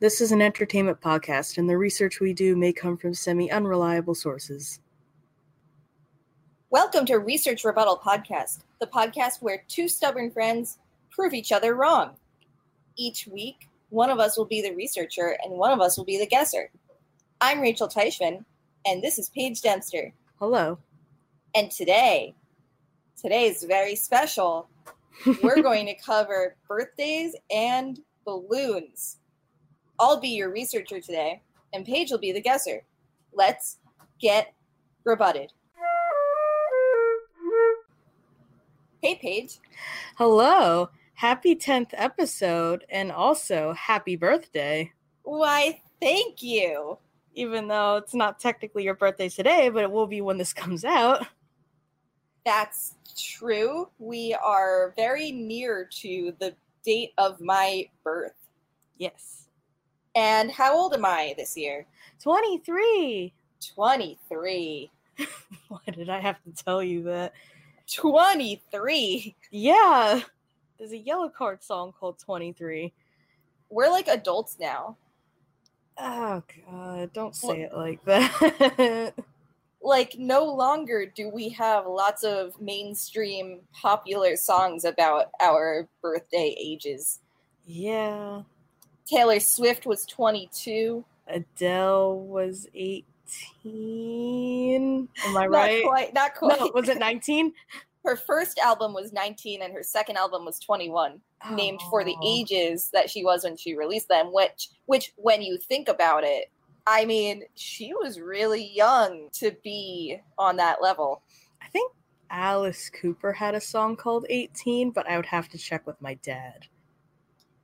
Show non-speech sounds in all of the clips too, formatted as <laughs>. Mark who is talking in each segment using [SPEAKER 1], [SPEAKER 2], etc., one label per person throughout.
[SPEAKER 1] This is an entertainment podcast, and the research we do may come from semi unreliable sources.
[SPEAKER 2] Welcome to Research Rebuttal Podcast, the podcast where two stubborn friends prove each other wrong. Each week, one of us will be the researcher and one of us will be the guesser. I'm Rachel Teichman, and this is Paige Dempster.
[SPEAKER 1] Hello.
[SPEAKER 2] And today, today is very special. We're going to cover birthdays and balloons. I'll be your researcher today, and Paige will be the guesser. Let's get rebutted. Hey, Paige.
[SPEAKER 1] Hello. Happy 10th episode, and also happy birthday.
[SPEAKER 2] Why, thank you.
[SPEAKER 1] Even though it's not technically your birthday today, but it will be when this <laughs> comes out.
[SPEAKER 2] That's true. We are very near to the date of my birth.
[SPEAKER 1] Yes.
[SPEAKER 2] And how old am I this year?
[SPEAKER 1] 23.
[SPEAKER 2] 23.
[SPEAKER 1] Why did I have to tell you that?
[SPEAKER 2] 23.
[SPEAKER 1] Yeah. There's a yellow card song called 23.
[SPEAKER 2] We're like adults now.
[SPEAKER 1] Oh, God. Don't say it like that. <laughs>
[SPEAKER 2] Like, no longer do we have lots of mainstream popular songs about our birthday ages.
[SPEAKER 1] yeah.
[SPEAKER 2] Taylor Swift was 22.
[SPEAKER 1] Adele was 18. Am I
[SPEAKER 2] Not
[SPEAKER 1] right?
[SPEAKER 2] quite. Not
[SPEAKER 1] No,
[SPEAKER 2] quite.
[SPEAKER 1] was it 19?
[SPEAKER 2] <laughs> her first album was 19 and her second album was 21 named for the
[SPEAKER 1] Oh.
[SPEAKER 2] ages that she was when she released them which which when you think about it i mean she was really young to be on that level
[SPEAKER 1] I think Alice Cooper had a song called 18, but I would have to check with my dad.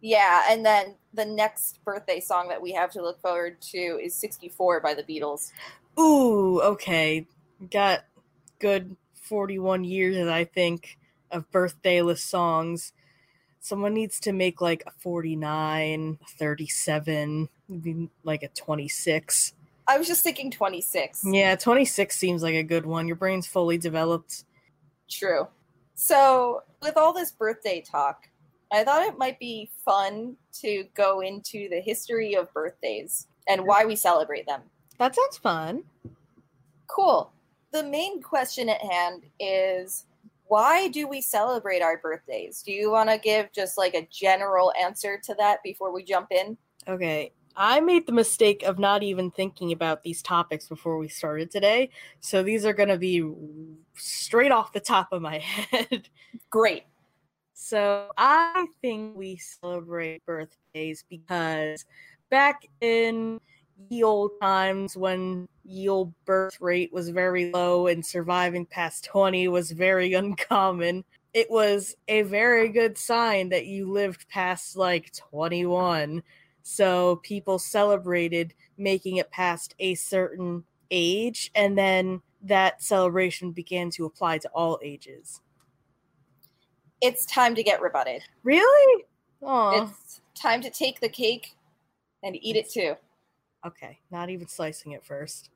[SPEAKER 2] yeah and then the next birthday song that we have to look forward to is 64 by the beatles
[SPEAKER 1] Ooh, okay. Got good 41 years, I think, of birthdayless songs. Someone needs to make like a 49, a 37, maybe like a 26.
[SPEAKER 2] i was just thinking 26
[SPEAKER 1] Yeah, 26 seems like a good one. Your brain's fully developed.
[SPEAKER 2] True. So, with all this birthday talk, I thought it might be fun to go into the history of birthdays and why we celebrate them.
[SPEAKER 1] That sounds fun.
[SPEAKER 2] Cool. The main question at hand is why do we celebrate our birthdays? Do you want to give just like a general answer to that before we jump in?
[SPEAKER 1] Okay. I made the mistake of not even thinking about these topics before we started today. So these are going to be straight off the top of my <laughs> head.
[SPEAKER 2] Great.
[SPEAKER 1] So I think we celebrate birthdays because back in ye old times when ye old birth rate was very low and surviving past 20 was very <laughs> uncommon, it was a very good sign that you lived past like 21. So people celebrated making it past a certain age, and then that celebration began to apply to all ages.
[SPEAKER 2] It's time to get rebutted.
[SPEAKER 1] Really? Oh,
[SPEAKER 2] It's time to take the cake and eat it too.
[SPEAKER 1] Okay, not even slicing it first.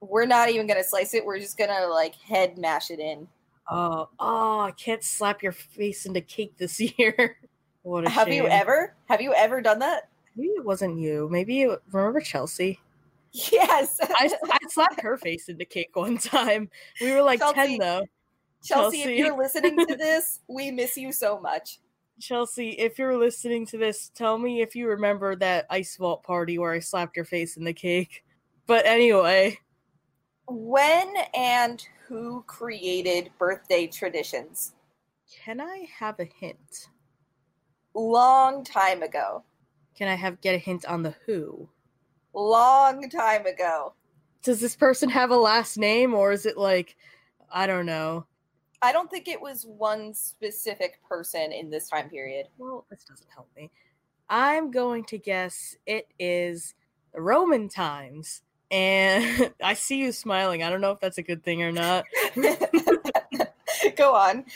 [SPEAKER 2] We're not even going to slice it. We're just going to like head mash it in.
[SPEAKER 1] Oh, oh, I can't slap your face into cake this <laughs> year. what a
[SPEAKER 2] Have you
[SPEAKER 1] shame.
[SPEAKER 2] ever? Have you ever done that? <laughs>
[SPEAKER 1] Maybe it wasn't you. Maybe it, remember Chelsea?
[SPEAKER 2] Yes.
[SPEAKER 1] I, I slapped her face into cake one time. We were like
[SPEAKER 2] Chelsea.
[SPEAKER 1] ten though.
[SPEAKER 2] <laughs> Chelsea, if you're
[SPEAKER 1] Chelsea. <laughs>
[SPEAKER 2] listening to this, we miss you so much.
[SPEAKER 1] Chelsea, if you're listening to this, tell me if you remember that ice vault party where I slapped your face in the cake. But anyway,
[SPEAKER 2] When and who created birthday traditions?
[SPEAKER 1] can I have a hint?
[SPEAKER 2] Long time ago.
[SPEAKER 1] Can I have get a hint on the who?
[SPEAKER 2] Long time ago.
[SPEAKER 1] does this person have a last name or is it like I don't know
[SPEAKER 2] I don't think it was one specific person in this time
[SPEAKER 1] <laughs>
[SPEAKER 2] period. <laughs>
[SPEAKER 1] Well, this doesn't help me. I'm going to guess it is the Roman times. And <laughs> I see you smiling. I don't know if that's a good thing or not.
[SPEAKER 2] Go on.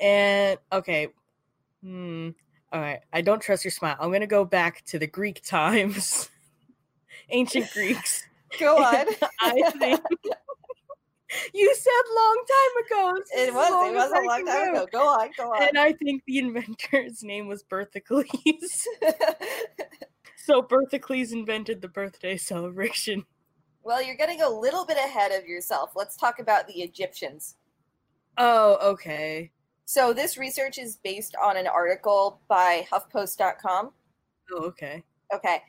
[SPEAKER 1] And okay. Hmm. All right. I don't trust your smile. I'm going to go back to the Greek times, <laughs> ancient
[SPEAKER 2] <laughs>
[SPEAKER 1] Greeks.
[SPEAKER 2] Go on.
[SPEAKER 1] <laughs> I
[SPEAKER 2] <laughs>
[SPEAKER 1] think you said long time ago. It's
[SPEAKER 2] It
[SPEAKER 1] as
[SPEAKER 2] was.
[SPEAKER 1] long
[SPEAKER 2] It
[SPEAKER 1] as
[SPEAKER 2] was
[SPEAKER 1] I
[SPEAKER 2] a
[SPEAKER 1] can
[SPEAKER 2] long time
[SPEAKER 1] go.
[SPEAKER 2] ago. Go on. Go on.
[SPEAKER 1] And I think the inventor's name was Berthicles.
[SPEAKER 2] <laughs>
[SPEAKER 1] so Berthicles invented the birthday <laughs> celebration.
[SPEAKER 2] well, you're getting a little bit ahead of yourself. Let's talk about the Egyptians.
[SPEAKER 1] Oh, okay.
[SPEAKER 2] So, this research is based on an article by HuffPost.com.
[SPEAKER 1] Oh, okay.
[SPEAKER 2] Okay.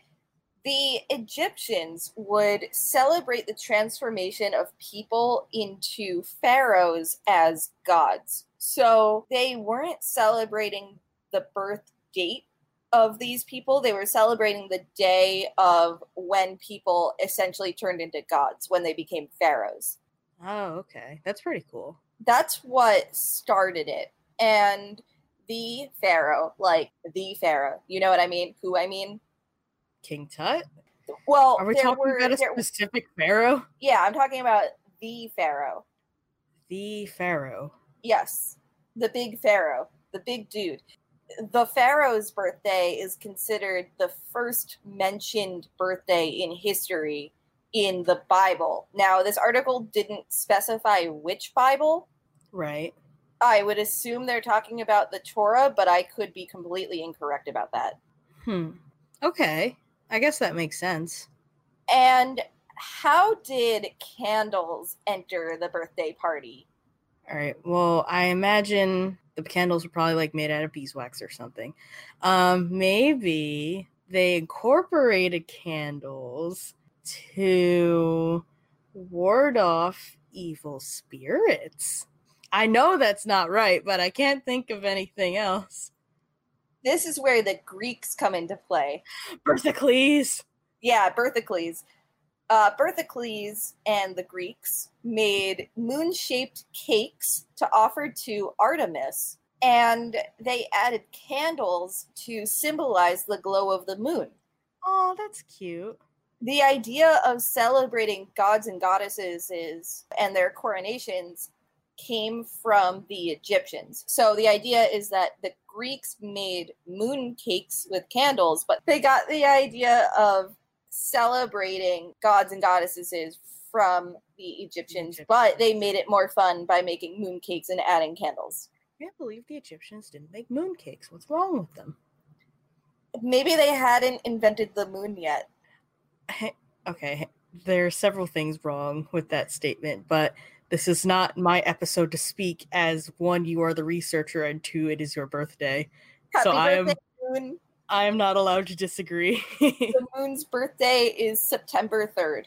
[SPEAKER 2] The Egyptians would celebrate the transformation of people into pharaohs as gods. So they weren't celebrating the birth date of these people, they were celebrating the day of when people essentially turned into gods, when they became pharaohs.
[SPEAKER 1] Oh, okay. That's pretty cool.
[SPEAKER 2] That's what started it. And the pharaoh, like the pharaoh, you know what I mean? Who I mean?
[SPEAKER 1] King Tut?
[SPEAKER 2] Well,
[SPEAKER 1] Are we
[SPEAKER 2] there
[SPEAKER 1] talking
[SPEAKER 2] were,
[SPEAKER 1] about a
[SPEAKER 2] there-
[SPEAKER 1] specific pharaoh?
[SPEAKER 2] Yeah, I'm talking about the Pharaoh.
[SPEAKER 1] The pharaoh.
[SPEAKER 2] Yes, the big Pharaoh, the big dude. The Pharaoh's birthday is considered the first mentioned birthday in history in the Bible. Now, this article didn't specify which Bible.
[SPEAKER 1] Right.
[SPEAKER 2] I would assume they're talking about the Torah, but I could be completely incorrect about that.
[SPEAKER 1] Hmm. Okay. I guess that makes sense.
[SPEAKER 2] And how did candles enter the birthday party?
[SPEAKER 1] All right. Well, I imagine the candles were probably like made out of beeswax or something. Um, maybe they incorporated candles to ward off evil spirits. I know that's not right, but I can't think of anything else. <laughs>
[SPEAKER 2] This is where the Greeks come into play.
[SPEAKER 1] Berthicles.
[SPEAKER 2] Yeah, Berthicles. Uh, Berthicles and the Greeks made moon shaped cakes to offer to Artemis, and they added candles to symbolize the glow of the moon.
[SPEAKER 1] Oh, that's cute.
[SPEAKER 2] The idea of celebrating gods and goddesses is, and their coronations came from the Egyptians. So the idea is that the Greeks made moon cakes with candles, but they got the idea of celebrating gods and goddesses from the Egyptians,
[SPEAKER 1] Egyptians.
[SPEAKER 2] but they made it more fun by making moon cakes and adding candles.
[SPEAKER 1] Can't believe the Egyptians didn't make mooncakes. What's wrong with them?
[SPEAKER 2] Maybe they hadn't invented the moon yet.
[SPEAKER 1] okay, there are several things wrong with that statement, but this is not my episode to speak as one, you are the researcher, and two, it is your birthday.
[SPEAKER 2] Happy
[SPEAKER 1] so I am
[SPEAKER 2] birthday, moon.
[SPEAKER 1] I am not allowed to disagree. <laughs>
[SPEAKER 2] The moon's birthday is September 3rd.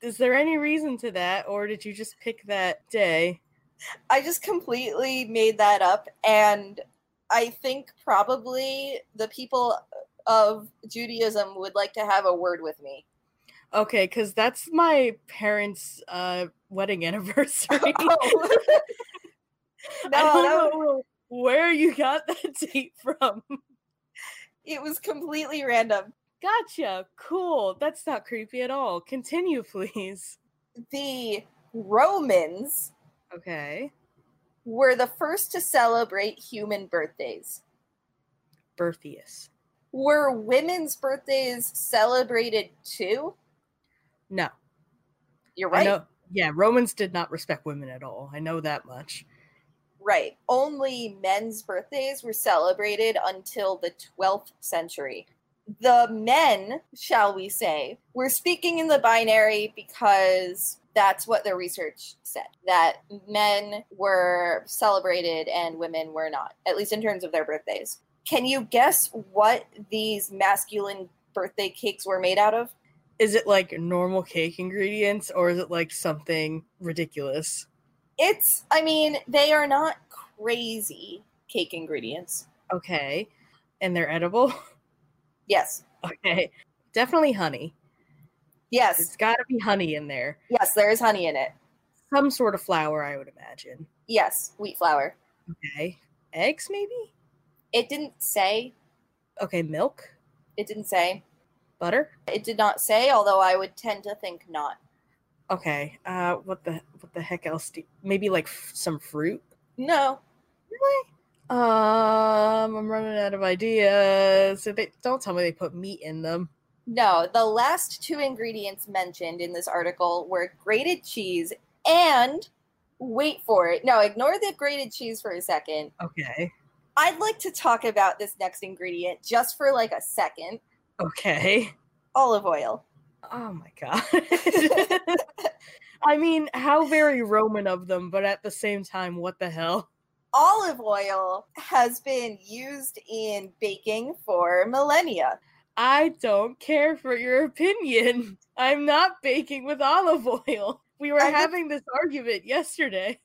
[SPEAKER 1] is there any reason to that, or did you just pick that day?
[SPEAKER 2] I just completely made that up, and I think probably the people of Judaism would like to have a word with
[SPEAKER 1] <laughs>
[SPEAKER 2] me. <laughs>
[SPEAKER 1] Okay, because that's my parents' uh, wedding <laughs> anniversary.
[SPEAKER 2] <laughs> Oh.
[SPEAKER 1] I
[SPEAKER 2] no,
[SPEAKER 1] don't
[SPEAKER 2] that was-
[SPEAKER 1] know where you got that <laughs> date from.
[SPEAKER 2] it was completely random.
[SPEAKER 1] Gotcha. Cool. That's not creepy at all. Continue, <laughs> please.
[SPEAKER 2] The Romans
[SPEAKER 1] Okay.
[SPEAKER 2] were the first to celebrate human birthdays.
[SPEAKER 1] Berthius.
[SPEAKER 2] Were women's birthdays celebrated too?
[SPEAKER 1] No.
[SPEAKER 2] You're
[SPEAKER 1] I
[SPEAKER 2] right.
[SPEAKER 1] know. Yeah, Romans did not respect women at all. I know that much.
[SPEAKER 2] Right. Only men's birthdays were celebrated until the 12th century. The men, shall we say, were speaking in the binary because that's what the research said that men were celebrated and women were not, at least in terms of their birthdays. Can you guess what these masculine birthday cakes were made out of?
[SPEAKER 1] Is it like normal cake ingredients or is it like something ridiculous?
[SPEAKER 2] It's, I mean, they are not crazy cake ingredients.
[SPEAKER 1] Okay. And they're edible? <laughs>
[SPEAKER 2] Yes.
[SPEAKER 1] Okay. Definitely honey.
[SPEAKER 2] Yes.
[SPEAKER 1] There's got to be honey in there.
[SPEAKER 2] Yes, there is honey in it.
[SPEAKER 1] Some sort of flour, I would imagine.
[SPEAKER 2] Yes, wheat flour.
[SPEAKER 1] Okay. Eggs, maybe?
[SPEAKER 2] It didn't say.
[SPEAKER 1] Okay, milk,
[SPEAKER 2] It didn't say.
[SPEAKER 1] butter.
[SPEAKER 2] It did not say, although I would tend to think not.
[SPEAKER 1] Okay. Uh, what the what the heck else? Do, maybe like f- some fruit.
[SPEAKER 2] No.
[SPEAKER 1] Really? Um, I'm running out of ideas. So they don't tell me they put meat in them.
[SPEAKER 2] No, the last two ingredients mentioned in this article were grated cheese and wait for it. No, ignore the grated cheese for a second.
[SPEAKER 1] Okay.
[SPEAKER 2] I'd like to talk about this next ingredient just for like a second
[SPEAKER 1] Okay.
[SPEAKER 2] olive oil.
[SPEAKER 1] Oh my god. <laughs> I mean, how very Roman of them, but at the same time, what the hell?
[SPEAKER 2] Olive oil has been used in baking for millennia.
[SPEAKER 1] I don't care for your opinion. I'm not baking with olive oil. We were
[SPEAKER 2] I did-
[SPEAKER 1] having this argument yesterday.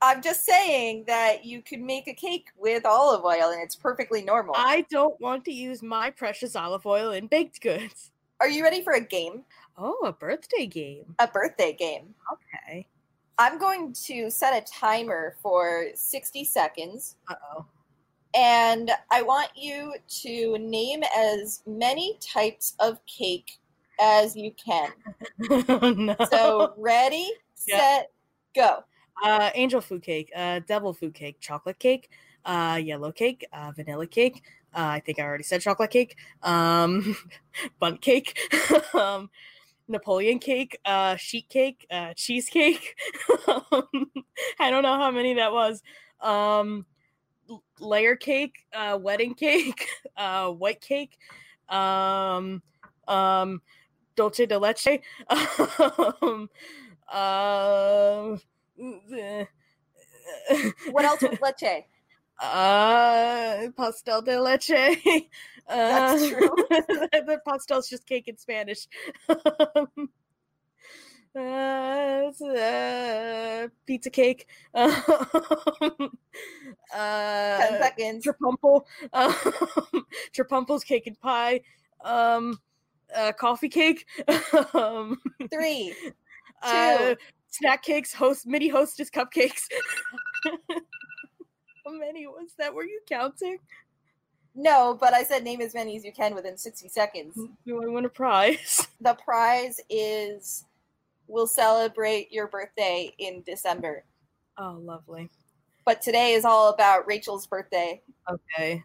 [SPEAKER 2] I'm just saying that you could make a cake with olive oil and it's perfectly normal.
[SPEAKER 1] I don't want to use my precious olive oil in baked goods.
[SPEAKER 2] Are you ready for a game?
[SPEAKER 1] Oh, a birthday game. <laughs>
[SPEAKER 2] A birthday game.
[SPEAKER 1] Okay.
[SPEAKER 2] I'm going to set a timer for 60 seconds
[SPEAKER 1] Uh oh.
[SPEAKER 2] and I want you to name as many types of cake as you can.
[SPEAKER 1] Oh, no. <laughs>
[SPEAKER 2] So, ready,
[SPEAKER 1] Yeah.
[SPEAKER 2] set, go.
[SPEAKER 1] uh, angel food cake, uh, devil food cake, chocolate cake, uh, yellow cake, uh, vanilla cake. Uh, I think I already said chocolate cake, um, <laughs> bunt cake, <laughs> um, Napoleon cake, uh, sheet cake, uh, cheesecake. um, <laughs> I don't know how many that was. Um, l- layer cake, uh, wedding cake, <laughs> uh, white cake, um, um, dolce de leche, <laughs> um, <laughs> um,
[SPEAKER 2] What
[SPEAKER 1] what <laughs>
[SPEAKER 2] else with leche?
[SPEAKER 1] Uh, pastel de leche. <laughs> Uh,
[SPEAKER 2] That's true.
[SPEAKER 1] <laughs> the pastel's just cake in Spanish. <laughs> Um, uh, it's, uh, pizza cake. <laughs> Um,
[SPEAKER 2] 10
[SPEAKER 1] uh, <laughs>
[SPEAKER 2] seconds.
[SPEAKER 1] Trapumple. Um, Trapumple's cake and pie. Um, uh, coffee cake. <laughs> um,
[SPEAKER 2] Three.
[SPEAKER 1] <laughs> uh, snack cakes, host mini hostess cupcakes. <laughs> How many was that? Were you counting?
[SPEAKER 2] No, but I said name as many as you can within 60 seconds.
[SPEAKER 1] Do I win a prize? <laughs>
[SPEAKER 2] The prize is we'll celebrate your birthday in December.
[SPEAKER 1] Oh, lovely.
[SPEAKER 2] But today is all about Rachel's birthday.
[SPEAKER 1] Okay.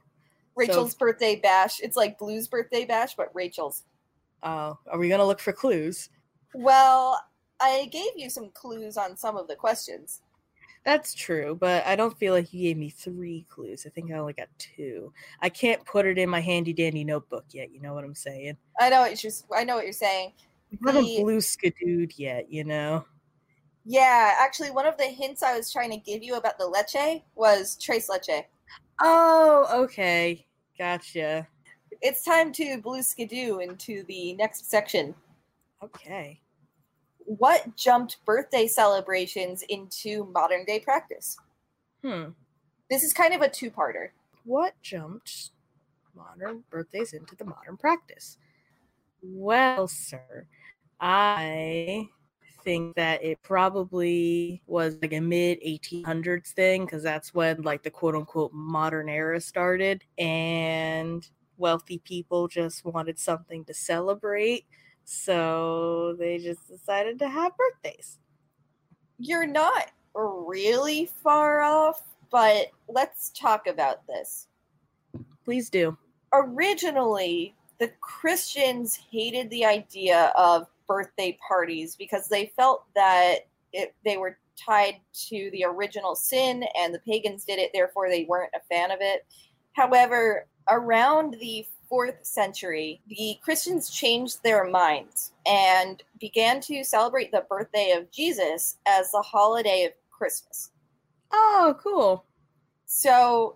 [SPEAKER 2] Rachel's birthday bash. It's like Blue's birthday bash, but Rachel's.
[SPEAKER 1] Oh, are we gonna look for clues?
[SPEAKER 2] Well, I gave you some clues on some of the questions.
[SPEAKER 1] That's true, but I don't feel like you gave me three clues. I think I only got two. I can't put it in my handy dandy notebook yet. You know what I'm saying?
[SPEAKER 2] I know what you're, s- I know what you're saying.
[SPEAKER 1] We haven't
[SPEAKER 2] The-
[SPEAKER 1] blue skidooed yet. You know?
[SPEAKER 2] Yeah, actually, one of the hints I was trying to give you about the leche was trace leche.
[SPEAKER 1] Oh, okay. Gotcha.
[SPEAKER 2] It's time to blue skidoo into the next section.
[SPEAKER 1] Okay.
[SPEAKER 2] What jumped birthday celebrations into modern day practice?
[SPEAKER 1] Hmm.
[SPEAKER 2] This is kind of a two parter.
[SPEAKER 1] what jumped modern birthdays into the modern practice? Well, sir, I think that it probably was like a mid 1800s thing because that's when like the quote unquote modern era started and wealthy people just wanted something to celebrate. So they just decided to have birthdays.
[SPEAKER 2] You're not really far off, but let's talk about this.
[SPEAKER 1] Please do.
[SPEAKER 2] originally the Christians hated the idea of birthday parties because they felt that it, they were tied to the original sin and the pagans did it, therefore, they weren't a fan of it. However, around the fourth century, the Christians changed their minds and began to celebrate the birthday of Jesus as the holiday of Christmas.
[SPEAKER 1] Oh, cool.
[SPEAKER 2] So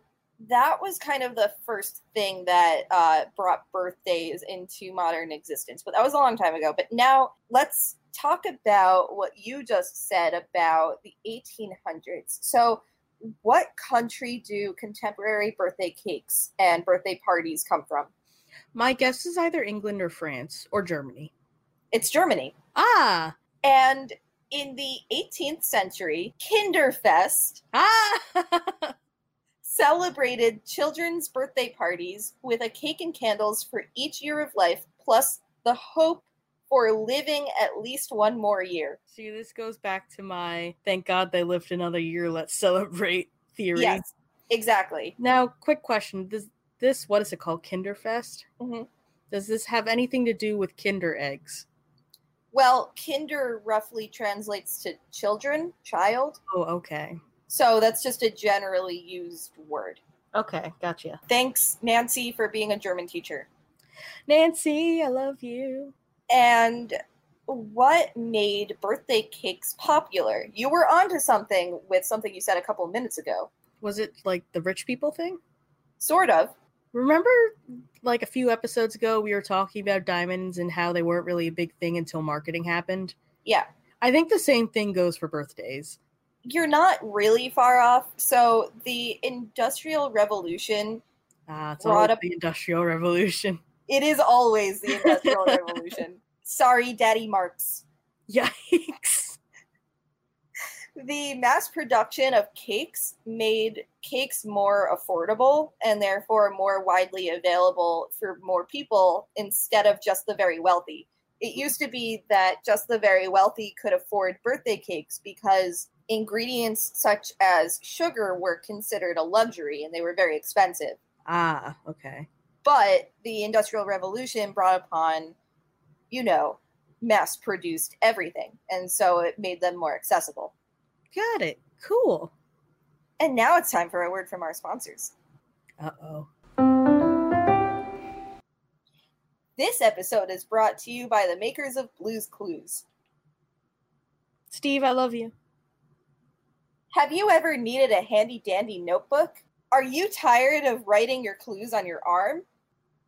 [SPEAKER 2] that was kind of the first thing that uh, brought birthdays into modern existence, but that was a long time ago. But now let's talk about what you just said about the 1800s. So, what country do contemporary birthday cakes and birthday parties come from?
[SPEAKER 1] My guess is either England or France or Germany.
[SPEAKER 2] It's Germany.
[SPEAKER 1] Ah,
[SPEAKER 2] And in the 18th century, Kinderfest
[SPEAKER 1] Ah! <laughs>
[SPEAKER 2] celebrated children's birthday parties with a cake and candles for each year of life, plus the hope for living at least one more year.
[SPEAKER 1] See, this goes back to my thank God they lived another year, let's celebrate theory.
[SPEAKER 2] Yes, exactly.
[SPEAKER 1] Now, quick question. Does this, what is it called? Kinderfest?
[SPEAKER 2] Mhm.
[SPEAKER 1] Does this have anything to do with Kinder eggs?
[SPEAKER 2] Well, kinder roughly translates to children, child.
[SPEAKER 1] Oh, okay.
[SPEAKER 2] So that's just a generally used word.
[SPEAKER 1] Okay, gotcha.
[SPEAKER 2] Thanks, Nancy, for being a German teacher.
[SPEAKER 1] Nancy, I love you.
[SPEAKER 2] And what made birthday cakes popular? You were onto something with something you said a couple of minutes ago.
[SPEAKER 1] Was it like the rich people thing?
[SPEAKER 2] Sort of.
[SPEAKER 1] Remember, like a few episodes ago, we were talking about diamonds and how they weren't really a big thing until marketing happened?
[SPEAKER 2] Yeah.
[SPEAKER 1] I think the same thing goes for birthdays.
[SPEAKER 2] You're not really far off. So the Industrial Revolution,
[SPEAKER 1] Ah, it's
[SPEAKER 2] Brought
[SPEAKER 1] all
[SPEAKER 2] up-
[SPEAKER 1] the Industrial Revolution.
[SPEAKER 2] it is always the Industrial Revolution. Sorry, Daddy Marx.
[SPEAKER 1] Yikes.
[SPEAKER 2] the mass production of cakes made cakes more affordable and therefore more widely available for more people instead of just the very wealthy. It used to be that just the very wealthy could afford birthday cakes because ingredients such as sugar were considered a luxury and they were very expensive
[SPEAKER 1] Ah, okay.
[SPEAKER 2] but the industrial revolution brought upon you know mass produced everything and so it made them more accessible
[SPEAKER 1] Got it. Cool.
[SPEAKER 2] and now it's time for a word from our sponsors
[SPEAKER 1] Uh oh.
[SPEAKER 2] this episode is brought to you by the makers of blues clues
[SPEAKER 1] Steve, I love you.
[SPEAKER 2] have you ever needed a handy dandy notebook are you tired of writing your clues on your arm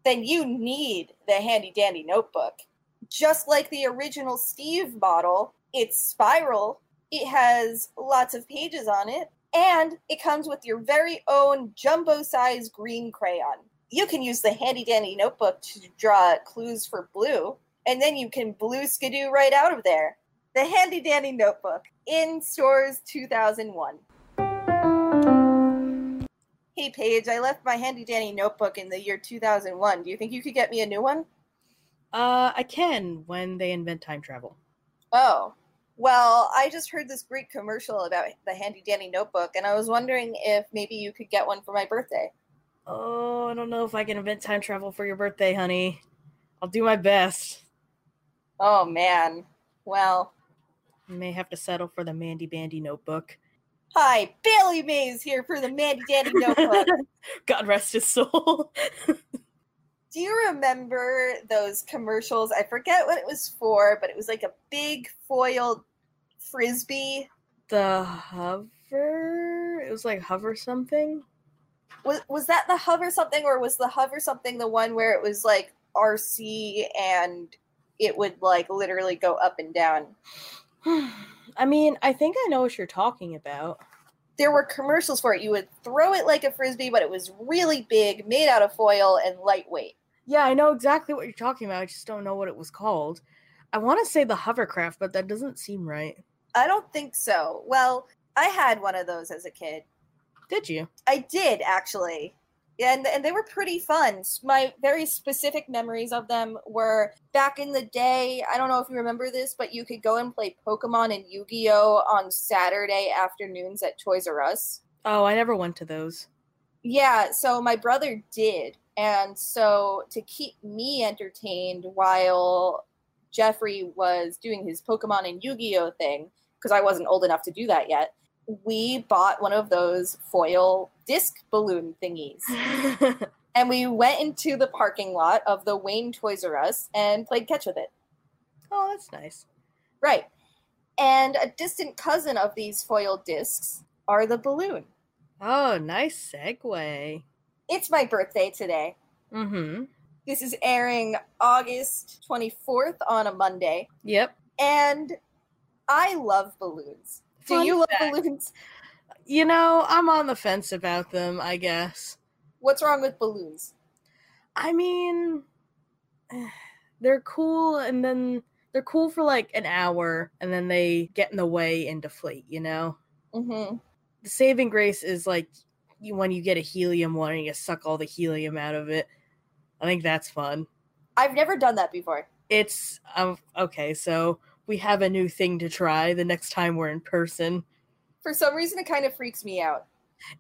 [SPEAKER 2] then you need the handy dandy notebook just like the original Steve model, it's spiral. It has lots of pages on it, and it comes with your very own jumbo size green crayon. You can use the handy dandy notebook to draw clues for blue, and then you can blue skidoo right out of there. The handy dandy notebook in stores 2001. Hey Paige, I left my handy dandy notebook in the year 2001. Do you think you could get me a new one?
[SPEAKER 1] Uh, I can when they invent time travel.
[SPEAKER 2] Oh, well, I just heard this great commercial about the Handy Dandy notebook, and I was wondering if maybe you could get one for my birthday.
[SPEAKER 1] Oh, I don't know if I can invent time travel for your birthday, honey. I'll do my best.
[SPEAKER 2] Oh, man. Well,
[SPEAKER 1] I may have to settle for the Mandy Bandy notebook.
[SPEAKER 2] hi, Bailey Mays here for the Mandy Dandy
[SPEAKER 1] uh,
[SPEAKER 2] notebook.
[SPEAKER 1] <laughs> God rest his soul.
[SPEAKER 2] Do you remember those commercials? I forget what it was for, but it was like a big foiled frisbee.
[SPEAKER 1] <laughs> the hover? It was like hover something?
[SPEAKER 2] Was, was that the hover something, or was the hover something the one where it was like RC and it would like literally go up and down?
[SPEAKER 1] <sighs> I mean, I think I know what you're talking about.
[SPEAKER 2] there were commercials for it. You would throw it like a frisbee, but it was really big, made out of foil and lightweight.
[SPEAKER 1] Yeah, I know exactly what you're talking about. I just don't know what it was called. I want to say the hovercraft, but that doesn't seem right.
[SPEAKER 2] I don't think so. Well, I had one of those as a kid.
[SPEAKER 1] Did you?
[SPEAKER 2] I did actually. And and they were pretty fun. S- My very specific memories of them were back in the day, I don't know if you remember this, but you could go and play Pokemon and Yu-Gi-Oh on Saturday afternoons at Toys R Us.
[SPEAKER 1] Oh, I never went to those.
[SPEAKER 2] Yeah, so my brother did. And so to keep me entertained while Jeffrey was doing his Pokemon and Yu Gi Oh thing, because I wasn't old enough to do that yet, we bought one of those foil disc balloon thingies. And we went into the parking lot of the Wayne Toys R Us and played catch with it.
[SPEAKER 1] oh, that's nice.
[SPEAKER 2] Right. And a distant cousin of these foil discs are the balloon.
[SPEAKER 1] Oh, nice segue.
[SPEAKER 2] It's my birthday today.
[SPEAKER 1] Mm-hmm.
[SPEAKER 2] This is airing August 24th on a Monday.
[SPEAKER 1] Yep.
[SPEAKER 2] And I love balloons. Do
[SPEAKER 1] Fun
[SPEAKER 2] you love
[SPEAKER 1] fact.
[SPEAKER 2] balloons?
[SPEAKER 1] You know, I'm on the fence about them, I guess.
[SPEAKER 2] What's wrong with balloons?
[SPEAKER 1] I mean, they're eh, cool, and then they're cool for like an hour and then they get in the way and deflate, you know?
[SPEAKER 2] Mm-hmm.
[SPEAKER 1] The saving grace is like you, when you get a helium one and you suck all the helium out of it. I think that's fun.
[SPEAKER 2] I've never done that before.
[SPEAKER 1] It's um, okay, so we have a new thing to try the next time we're in person.
[SPEAKER 2] For some reason, it kind of freaks me out.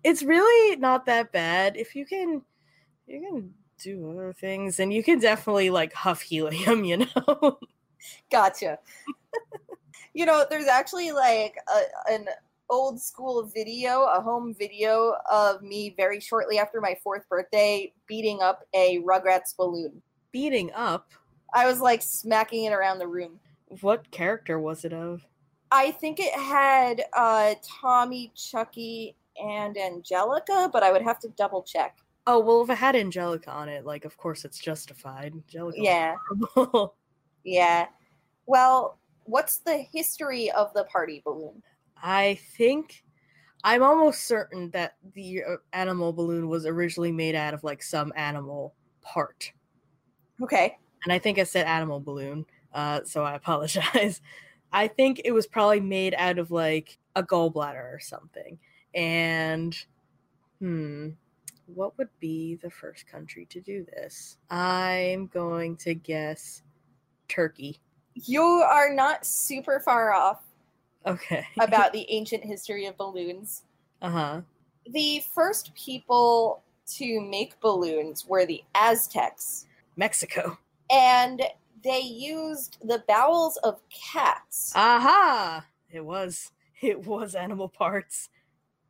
[SPEAKER 1] It's really not that bad if you can you can do other things and you can definitely like huff helium, <laughs> you know.
[SPEAKER 2] Gotcha. you know, there's actually like a, an old school video, a home video of me very shortly after my fourth birthday beating up a Rugrats balloon.
[SPEAKER 1] Beating up.
[SPEAKER 2] I was like smacking it around the room.
[SPEAKER 1] What character was it of?
[SPEAKER 2] I think it had uh, Tommy, Chucky, and Angelica, but I would have to double check.
[SPEAKER 1] Oh well, if it had Angelica on it, like of course it's justified. Angelica. was
[SPEAKER 2] Yeah,
[SPEAKER 1] horrible.
[SPEAKER 2] yeah. Well, what's the history of the party balloon?
[SPEAKER 1] I think I'm almost certain that the uh, animal balloon was originally made out of like some animal part.
[SPEAKER 2] Okay.
[SPEAKER 1] And I think I said animal balloon, uh, so I <laughs> apologize. I think it was probably made out of like a gallbladder or something. And hmm, what would be the first country to do this? I'm going to guess Turkey. <laughs>
[SPEAKER 2] You are not super far off
[SPEAKER 1] Okay.
[SPEAKER 2] about the ancient history of balloons.
[SPEAKER 1] Uh huh.
[SPEAKER 2] The first people to make balloons were the Aztecs,
[SPEAKER 1] Mexico.
[SPEAKER 2] and they used the bowels of cats
[SPEAKER 1] Aha! It was. It was animal parts.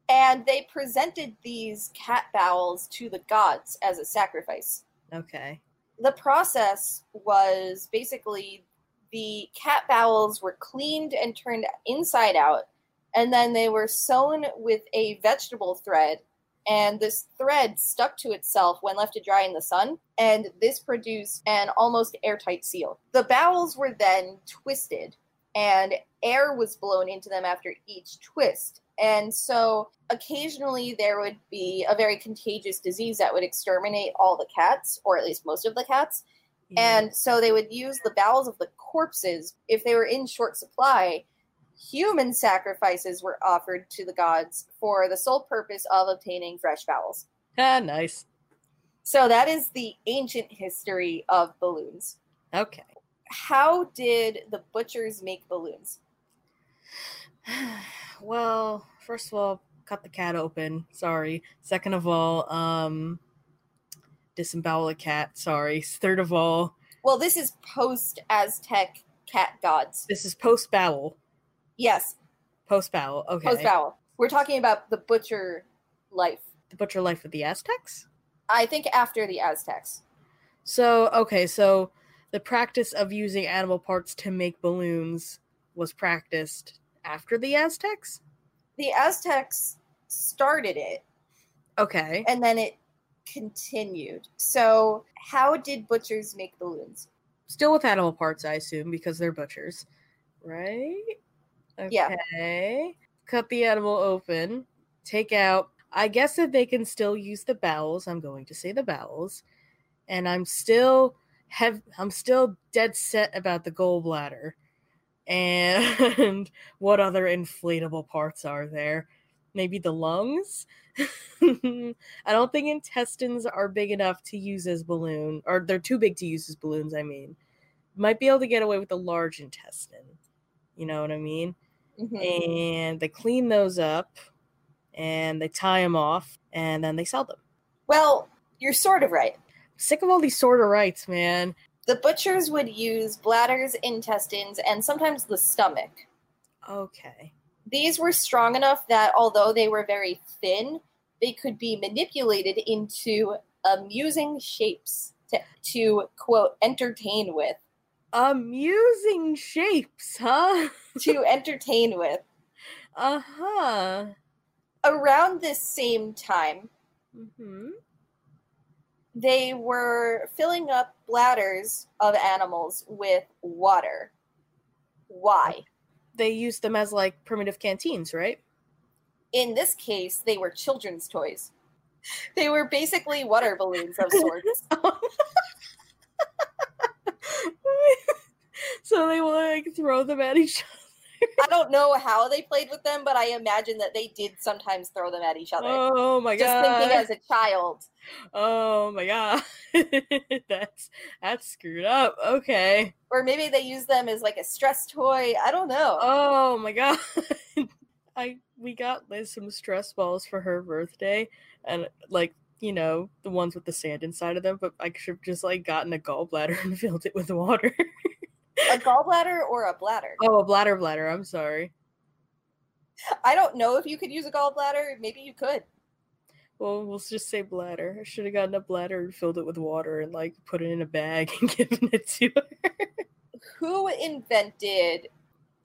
[SPEAKER 2] and they presented these cat bowels to the gods as a sacrifice.
[SPEAKER 1] Okay.
[SPEAKER 2] the process was basically the cat bowels were cleaned and turned inside out and then they were sewn with a vegetable thread and this thread stuck to itself when left to dry in the sun and this produced an almost airtight seal the bowels were then twisted and air was blown into them after each twist and so occasionally there would be a very contagious disease that would exterminate all the cats, or at least most of the cats.
[SPEAKER 1] Yeah.
[SPEAKER 2] And so they would use the bowels of the corpses if they were in short supply. Human sacrifices were offered to the gods for the sole purpose of obtaining fresh bowels.
[SPEAKER 1] ah, nice.
[SPEAKER 2] So that is the ancient history of balloons.
[SPEAKER 1] Okay. <sighs>
[SPEAKER 2] How did the butchers make balloons?
[SPEAKER 1] well, first of all, cut the cat open. Sorry. Second of all, um, disembowel a cat. Sorry. <laughs> Third of all,
[SPEAKER 2] Well, this is post Aztec cat gods.
[SPEAKER 1] this is post bowel.
[SPEAKER 2] Yes,
[SPEAKER 1] Post bowel. Okay.
[SPEAKER 2] post bowel. We're talking about the butcher life.
[SPEAKER 1] The butcher life of the Aztecs.
[SPEAKER 2] I think after the Aztecs.
[SPEAKER 1] So okay, so the practice of using animal parts to make balloons was practiced after the Aztecs.
[SPEAKER 2] The Aztecs started it
[SPEAKER 1] Okay.
[SPEAKER 2] and then it continued. So, how did butchers make balloons?
[SPEAKER 1] still with animal parts, I assume, because they're butchers, right?
[SPEAKER 2] Yeah.
[SPEAKER 1] Okay. Cut the animal open, take out. I guess if they can still use the bowels, I'm going to say the bowels, and I'm still have I'm still dead set about the gallbladder, and <laughs> what other inflatable parts are there? Maybe the lungs. <laughs> I don't think intestines are big enough to use as balloon, or they're too big to use as balloons. I mean, might be able to get away with a large intestine. You know what I mean? Mm-hmm.
[SPEAKER 2] Mhm.
[SPEAKER 1] And they clean those up, and they tie them off, and then they sell them.
[SPEAKER 2] Well, you're sort of right.
[SPEAKER 1] Sick of all these sort of rights, man.
[SPEAKER 2] The butchers would use bladders, intestines, and sometimes the stomach.
[SPEAKER 1] Okay.
[SPEAKER 2] These were strong enough that although they were very thin, they could be manipulated into amusing shapes to, to quote, entertain with.
[SPEAKER 1] Amusing shapes, huh? <laughs>
[SPEAKER 2] To entertain with.
[SPEAKER 1] Uh huh.
[SPEAKER 2] around this same time,
[SPEAKER 1] hmm
[SPEAKER 2] they were filling up bladders of animals with water. Why?
[SPEAKER 1] They use them as like primitive canteens, right? <laughs>
[SPEAKER 2] In this case, they were children's toys. They were basically water balloons of sorts.
[SPEAKER 1] so they will like throw them at each <laughs>
[SPEAKER 2] I don't know how they played with them, but I imagine that they did sometimes throw them at each other.
[SPEAKER 1] other. Oh my
[SPEAKER 2] Just thinking
[SPEAKER 1] god!
[SPEAKER 2] as a child.
[SPEAKER 1] oh my god! <laughs> that's that's screwed up. Okay.
[SPEAKER 2] Or maybe they use them as like a stress toy. I don't know.
[SPEAKER 1] Oh my god! <laughs> I we got Liz some stress balls for her birthday, and like you know the ones with the sand inside of them. But I should have just like gotten a gallbladder <laughs> and filled it with water. <laughs>
[SPEAKER 2] a gallbladder or a bladder.
[SPEAKER 1] oh, a bladder bladder. I'm sorry.
[SPEAKER 2] I don't know if you could use a gallbladder. Maybe you could.
[SPEAKER 1] Well, we'll just say bladder. I should have gotten a bladder and filled it with water and like put it in a bag <laughs> and given it to her.
[SPEAKER 2] Who invented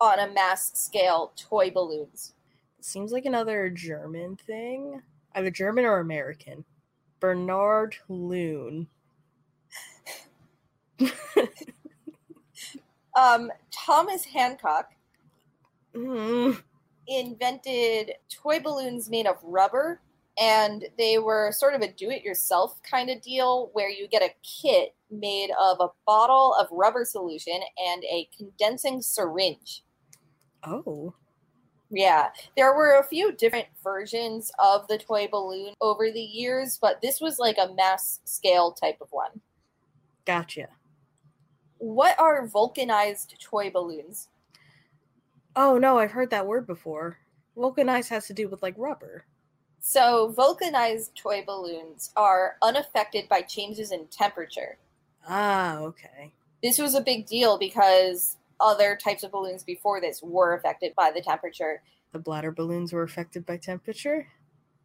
[SPEAKER 2] on a mass scale toy balloons?
[SPEAKER 1] Seems like another German thing. Either German or American. Bernard Loon.
[SPEAKER 2] Um, Thomas Hancock
[SPEAKER 1] Mm,
[SPEAKER 2] invented toy balloons made of rubber, and they were sort of a do it yourself kind of deal where you get a kit made of a bottle of rubber solution and a condensing syringe.
[SPEAKER 1] Oh.
[SPEAKER 2] Yeah, there were a few different versions of the toy balloon over the years, but this was like a mass scale type of one.
[SPEAKER 1] Gotcha.
[SPEAKER 2] What are vulcanized toy balloons?
[SPEAKER 1] Oh no, I've heard that word before. Vulcanized has to do with like rubber.
[SPEAKER 2] So, vulcanized toy balloons are unaffected by changes in temperature.
[SPEAKER 1] Ah, okay.
[SPEAKER 2] This was a big deal because other types of balloons before this were affected by the temperature.
[SPEAKER 1] The bladder balloons were affected by temperature?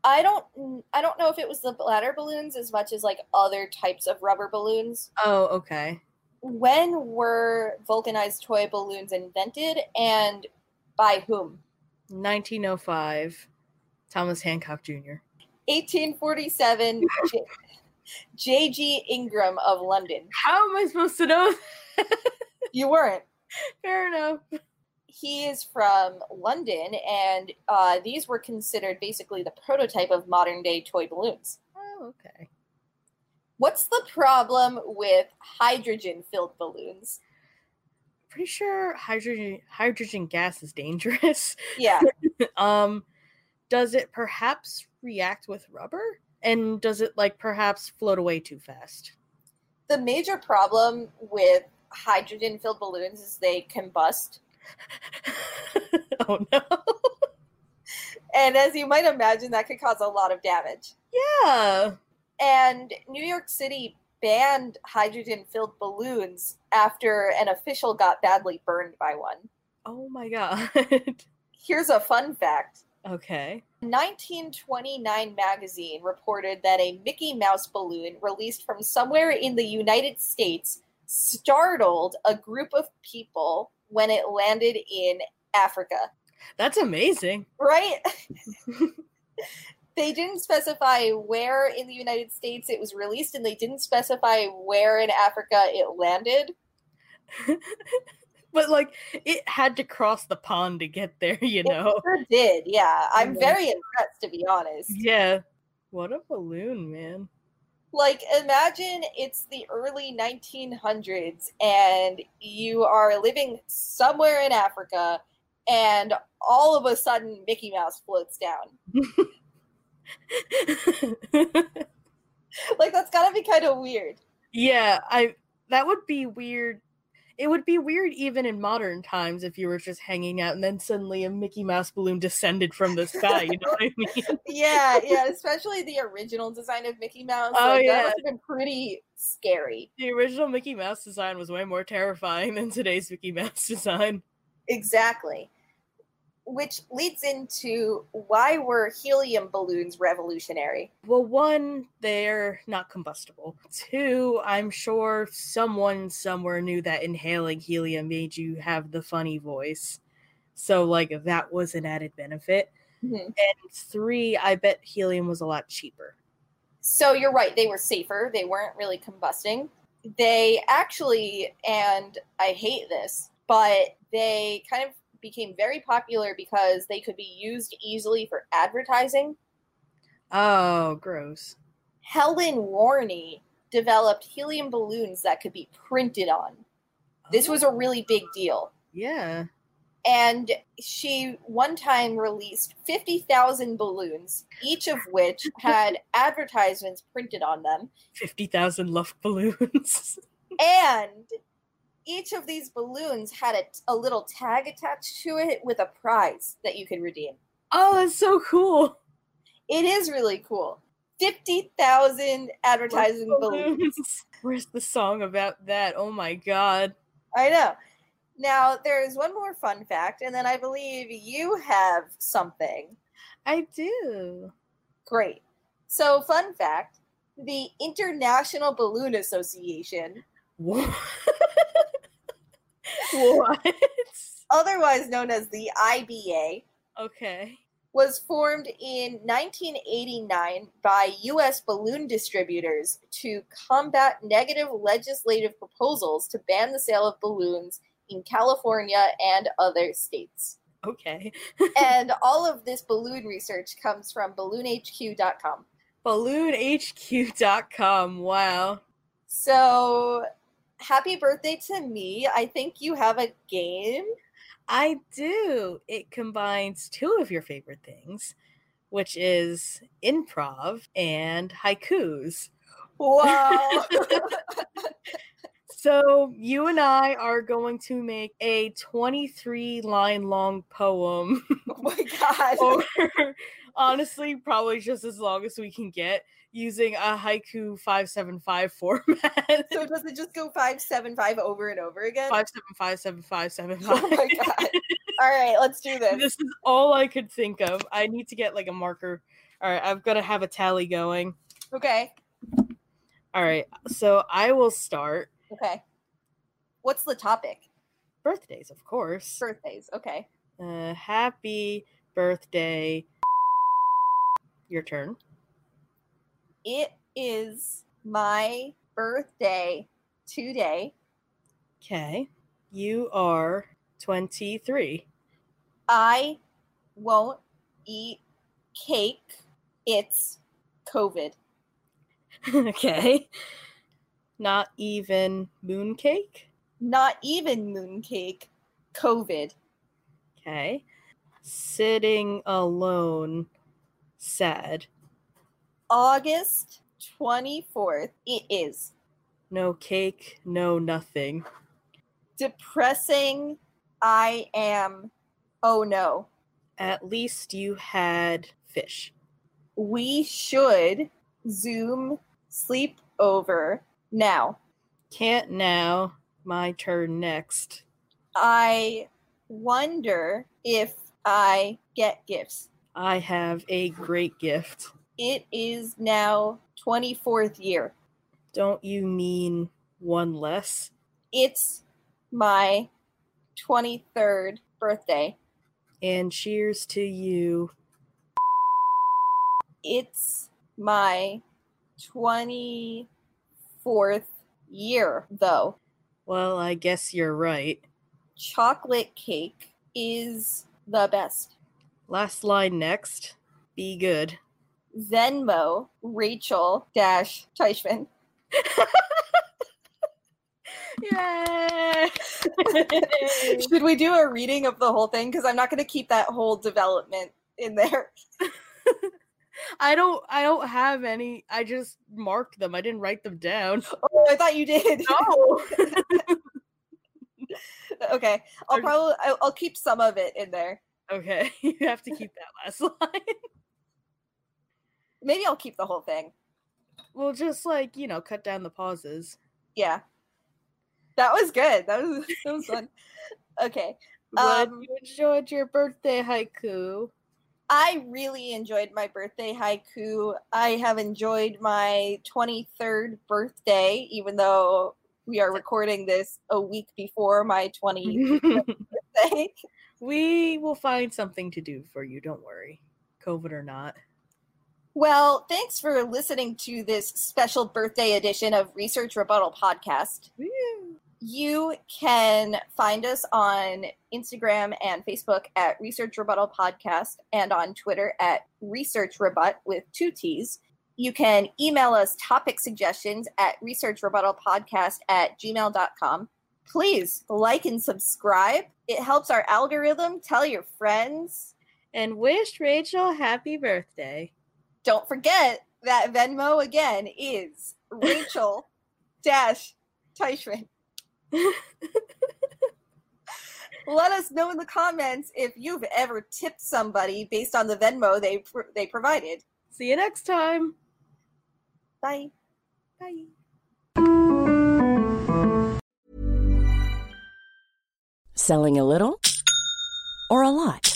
[SPEAKER 2] I don't I don't know if it was the bladder balloons as much as like other types of rubber balloons.
[SPEAKER 1] Oh, okay.
[SPEAKER 2] when were vulcanized toy balloons invented and by whom?
[SPEAKER 1] 1905. Thomas Hancock Jr.
[SPEAKER 2] 1847, J- J.G. Ingram of London.
[SPEAKER 1] How am I supposed to know? <laughs>
[SPEAKER 2] You weren't.
[SPEAKER 1] Fair enough.
[SPEAKER 2] He is from London, and uh, these were considered basically the prototype of modern day toy balloons.
[SPEAKER 1] Oh, okay.
[SPEAKER 2] What's the problem with hydrogen filled balloons?
[SPEAKER 1] Pretty sure hydrogen hydrogen gas is dangerous. <laughs>
[SPEAKER 2] Yeah.
[SPEAKER 1] um does it perhaps react with rubber and does it like perhaps float away too fast <laughs>
[SPEAKER 2] the major problem with hydrogen filled balloons is they combust.
[SPEAKER 1] oh no <laughs>
[SPEAKER 2] And as you might imagine, that could cause a lot of damage.
[SPEAKER 1] yeah
[SPEAKER 2] And New York City banned hydrogen filled balloons after an official got badly burned by one.
[SPEAKER 1] oh my god <laughs>
[SPEAKER 2] Here's a fun fact
[SPEAKER 1] okay
[SPEAKER 2] 1929 magazine reported that a Mickey Mouse balloon released from somewhere in the United States startled a group of people when it landed in Africa.
[SPEAKER 1] that's amazing <laughs>
[SPEAKER 2] Right? they didn't specify where in the United States it was released, and they didn't specify where in Africa it landed.
[SPEAKER 1] but like it had to cross the pond to get there <laughs> you know
[SPEAKER 2] It sure did, yeah. I'm
[SPEAKER 1] Yeah.
[SPEAKER 2] very impressed, to be honest.
[SPEAKER 1] yeah what a balloon man <laughs>
[SPEAKER 2] Like, imagine it's the early 1900s, and you are living somewhere in Africa, and all of a sudden, Mickey Mouse floats down. <laughs> Like, that's gotta be kind of weird.
[SPEAKER 1] yeah i that would be weird it would be weird even in modern times if you were just hanging out and then suddenly a mickey mouse balloon descended from the sky you know what i <laughs> mean
[SPEAKER 2] yeah, <laughs> yeah, especially the original design of Mickey Mouse.
[SPEAKER 1] Oh,
[SPEAKER 2] like,
[SPEAKER 1] yeah.
[SPEAKER 2] that must have been pretty scary.
[SPEAKER 1] The original Mickey Mouse design was way more terrifying than today's Mickey Mouse <laughs> design.
[SPEAKER 2] Exactly. Which leads into why were helium balloons revolutionary?
[SPEAKER 1] Well, one, they're not combustible. Two, I'm sure someone somewhere knew that inhaling helium made you have the funny voice. So, like, that was an added benefit.
[SPEAKER 2] Mhm.
[SPEAKER 1] And three, I bet helium was a lot cheaper.
[SPEAKER 2] So you're right, they were safer. They weren't really combusting. They actually, and I hate this, but they kind of became very popular because they could be used easily for advertising.
[SPEAKER 1] Oh, gross.
[SPEAKER 2] Helen Warney developed helium balloons that could be printed on. This was a really big deal.
[SPEAKER 1] Oh, Yeah.
[SPEAKER 2] And she one time released 50,000 balloons, each of which had advertisements printed on them.
[SPEAKER 1] 50,000 love balloons. <laughs>
[SPEAKER 2] And each of these balloons had a, a little tag attached to it with a prize that you could redeem.
[SPEAKER 1] oh, that's so cool.
[SPEAKER 2] It is really cool. 50,000 advertising balloons. <laughs>
[SPEAKER 1] Where's the song about that? Oh my god.
[SPEAKER 2] I know. Now, there is one more fun fact, and then I believe you have something.
[SPEAKER 1] I do.
[SPEAKER 2] Great. So, fun fact the International Balloon Association,
[SPEAKER 1] What? <laughs> what?
[SPEAKER 2] otherwise known as the IBA,
[SPEAKER 1] Okay.
[SPEAKER 2] was formed in 1989 by U.S. balloon distributors to combat negative legislative proposals to ban the sale of balloons in California and other states.
[SPEAKER 1] Okay.
[SPEAKER 2] and all of this balloon research comes from balloonhq.com.
[SPEAKER 1] BalloonHQ.com. Wow.
[SPEAKER 2] So, happy birthday to me. I think you have a game.
[SPEAKER 1] I do. It combines two of your favorite things, which is improv and haikus.
[SPEAKER 2] <laughs> Wow.
[SPEAKER 1] So, you and I are going to make a 23 line long poem. <laughs>
[SPEAKER 2] oh my god.
[SPEAKER 1] or <laughs> honestly, probably just as long as we can get using a haiku 575 format. <laughs>
[SPEAKER 2] So, does it just go 575 over and over again?
[SPEAKER 1] 5757575.
[SPEAKER 2] <laughs> Oh my
[SPEAKER 1] <laughs>
[SPEAKER 2] god. All right, let's do this.
[SPEAKER 1] this is all I could think of. I need to get like a marker. All right, I've got to have a tally going.
[SPEAKER 2] Okay.
[SPEAKER 1] All right, so I will start
[SPEAKER 2] Okay. What's the topic?
[SPEAKER 1] birthdays, of course.
[SPEAKER 2] Birthdays. Okay.
[SPEAKER 1] Uh, happy birthday. Your turn.
[SPEAKER 2] It is my birthday today.
[SPEAKER 1] Okay. You are 23.
[SPEAKER 2] I won't eat cake. It's COVID.
[SPEAKER 1] <laughs> okay. Not even mooncake.
[SPEAKER 2] Not even mooncake. COVID.
[SPEAKER 1] Okay. Sitting alone. Sad.
[SPEAKER 2] August 24th. It is
[SPEAKER 1] No cake, no nothing.
[SPEAKER 2] depressing. I am. Oh no.
[SPEAKER 1] At least you had fish.
[SPEAKER 2] We should Zoom sleepover now.
[SPEAKER 1] Can't now. My turn next.
[SPEAKER 2] I wonder if I get gifts.
[SPEAKER 1] I have a great gift.
[SPEAKER 2] It is now 24th year.
[SPEAKER 1] Don't you mean one less?
[SPEAKER 2] It's my 23rd birthday.
[SPEAKER 1] And cheers to you.
[SPEAKER 2] It's my 24th year, though.
[SPEAKER 1] Well, I guess you're right.
[SPEAKER 2] Chocolate cake is the best.
[SPEAKER 1] Last line next. Be good. <laughs>
[SPEAKER 2] Venmo Rachel Dash Teichman.
[SPEAKER 1] Yay!
[SPEAKER 2] Should we do a reading of the whole thing? Because I'm not going to keep that whole development in there.
[SPEAKER 1] I don't I don't have any. I just marked them. I didn't write them down. <laughs>
[SPEAKER 2] Oh, I thought you did.
[SPEAKER 1] No.
[SPEAKER 2] <laughs> okay, I'll
[SPEAKER 1] Or-
[SPEAKER 2] probably I'll, I'll keep some of it in there.
[SPEAKER 1] okay, <laughs> you have to keep that last <laughs> line.
[SPEAKER 2] Maybe I'll keep the whole thing.
[SPEAKER 1] Well, just like, you know, cut down the pauses.
[SPEAKER 2] Yeah, that was good. That was that was fun. <laughs> Okay,
[SPEAKER 1] Glad
[SPEAKER 2] Um,
[SPEAKER 1] you enjoyed your birthday haiku. <laughs>
[SPEAKER 2] I really enjoyed my birthday haiku. I have enjoyed my 23rd birthday, even though we are recording this a week before my 20th birthday.
[SPEAKER 1] we will find something to do for you, don't worry. COVID or not.
[SPEAKER 2] Well, thanks for listening to this special birthday edition of Research Rebuttal Podcast. You can find us on Instagram and Facebook at Research Rebuttal Podcast and on Twitter at Research Rebut with two T's. You can email us topic suggestions at researchrebuttalpodcast at gmail.com. Please like and subscribe. It helps our algorithm. Tell your friends.
[SPEAKER 1] And wish Rachel happy birthday.
[SPEAKER 2] Don't forget that Venmo again is Rachel dash Teichman. Let us know in the comments if you've ever tipped somebody based on the Venmo they pr- they provided.
[SPEAKER 1] See you next time.
[SPEAKER 2] Bye.
[SPEAKER 1] Bye.
[SPEAKER 3] Selling a little or a lot?